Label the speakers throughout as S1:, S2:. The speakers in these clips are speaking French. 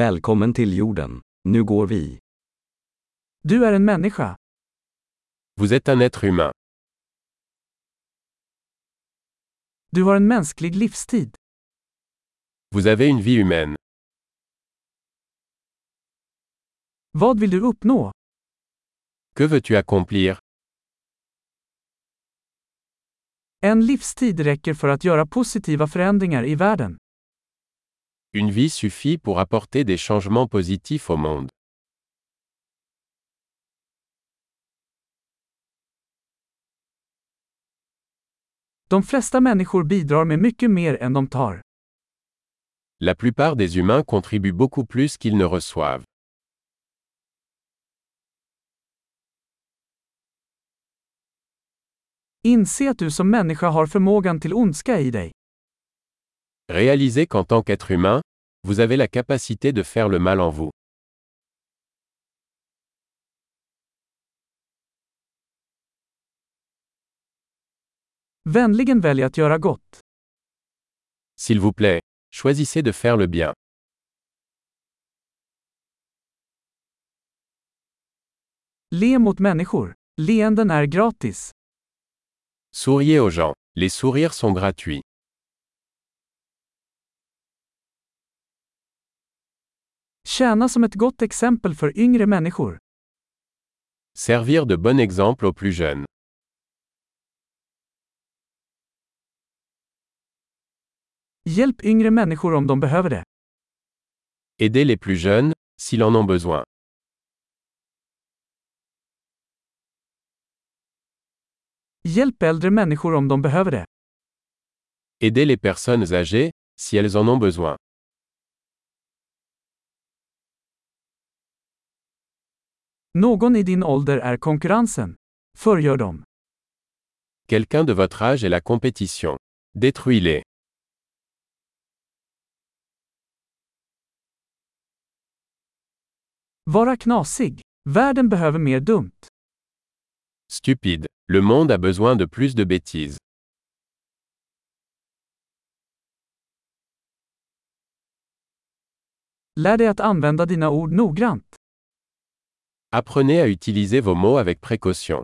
S1: Välkommen till jorden. Nu går vi.
S2: Du är en människa.
S3: Vous êtes un être humain.
S2: Du har en mänsklig livstid.
S3: Vous avez une vie humaine.
S2: Vad vill du uppnå?
S3: Que veux-tu accomplir
S2: En livstid räcker för att göra positiva förändringar i världen.
S3: Une vie suffit pour apporter des changements positifs au monde.
S2: De flesta människor bidrar med mycket mer än de tar.
S3: La plupart des humains contribuent beaucoup plus qu'ils ne reçoivent.
S2: Inse att du som människa har förmågan till ondska i dig.
S3: Réalisez qu'en tant qu'être humain, vous avez la capacité de faire le mal en vous.
S2: Vänligen välj att göra gott.
S3: S'il vous plaît, choisissez de faire le bien.
S2: Le mot människor. Leenden är gratis.
S3: Souriez aux gens. Les sourires sont gratuits.
S2: Tjäna som ett gott exempel för yngre människor.
S3: Servir de bon exemple aux plus jeunes.
S2: Hjälp yngre människor om de behöver det.
S3: Aidez les plus jeunes, s'ils en ont besoin.
S2: Hjälp äldre människor om de behöver det.
S3: Aidez les personnes âgées, si elles en ont besoin.
S2: Någon i din ålder är konkurrensen. Förgör dem.
S3: Quelqu'un de votre âge est la compétition. Détruis-les.
S2: Vara knasig. Världen behöver mer dumt.
S3: Stupide. Le monde a besoin de plus de bêtises.
S2: Lär dig att använda dina ord noggrant.
S3: Apprenez à utiliser vos mots avec précaution.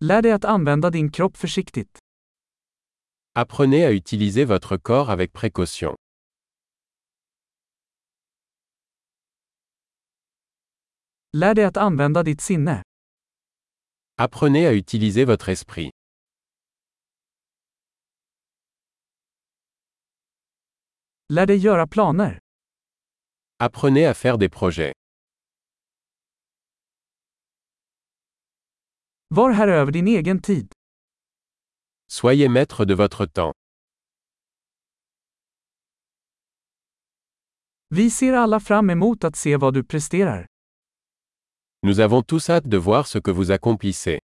S2: Lär dig att använda din kropp försiktigt.
S3: Apprenez à utiliser votre corps avec précaution.
S2: Lär dig att använda ditt sinne.
S3: Apprenez à utiliser votre esprit.
S2: Lär dig göra planer.
S3: Apprenez à faire des projets.
S2: Var här över din egen tid.
S3: Soyez maître de votre temps.
S2: Vi ser alla fram emot att se vad du presterar.
S3: Nous avons tous hâte de voir ce que vous accomplissez.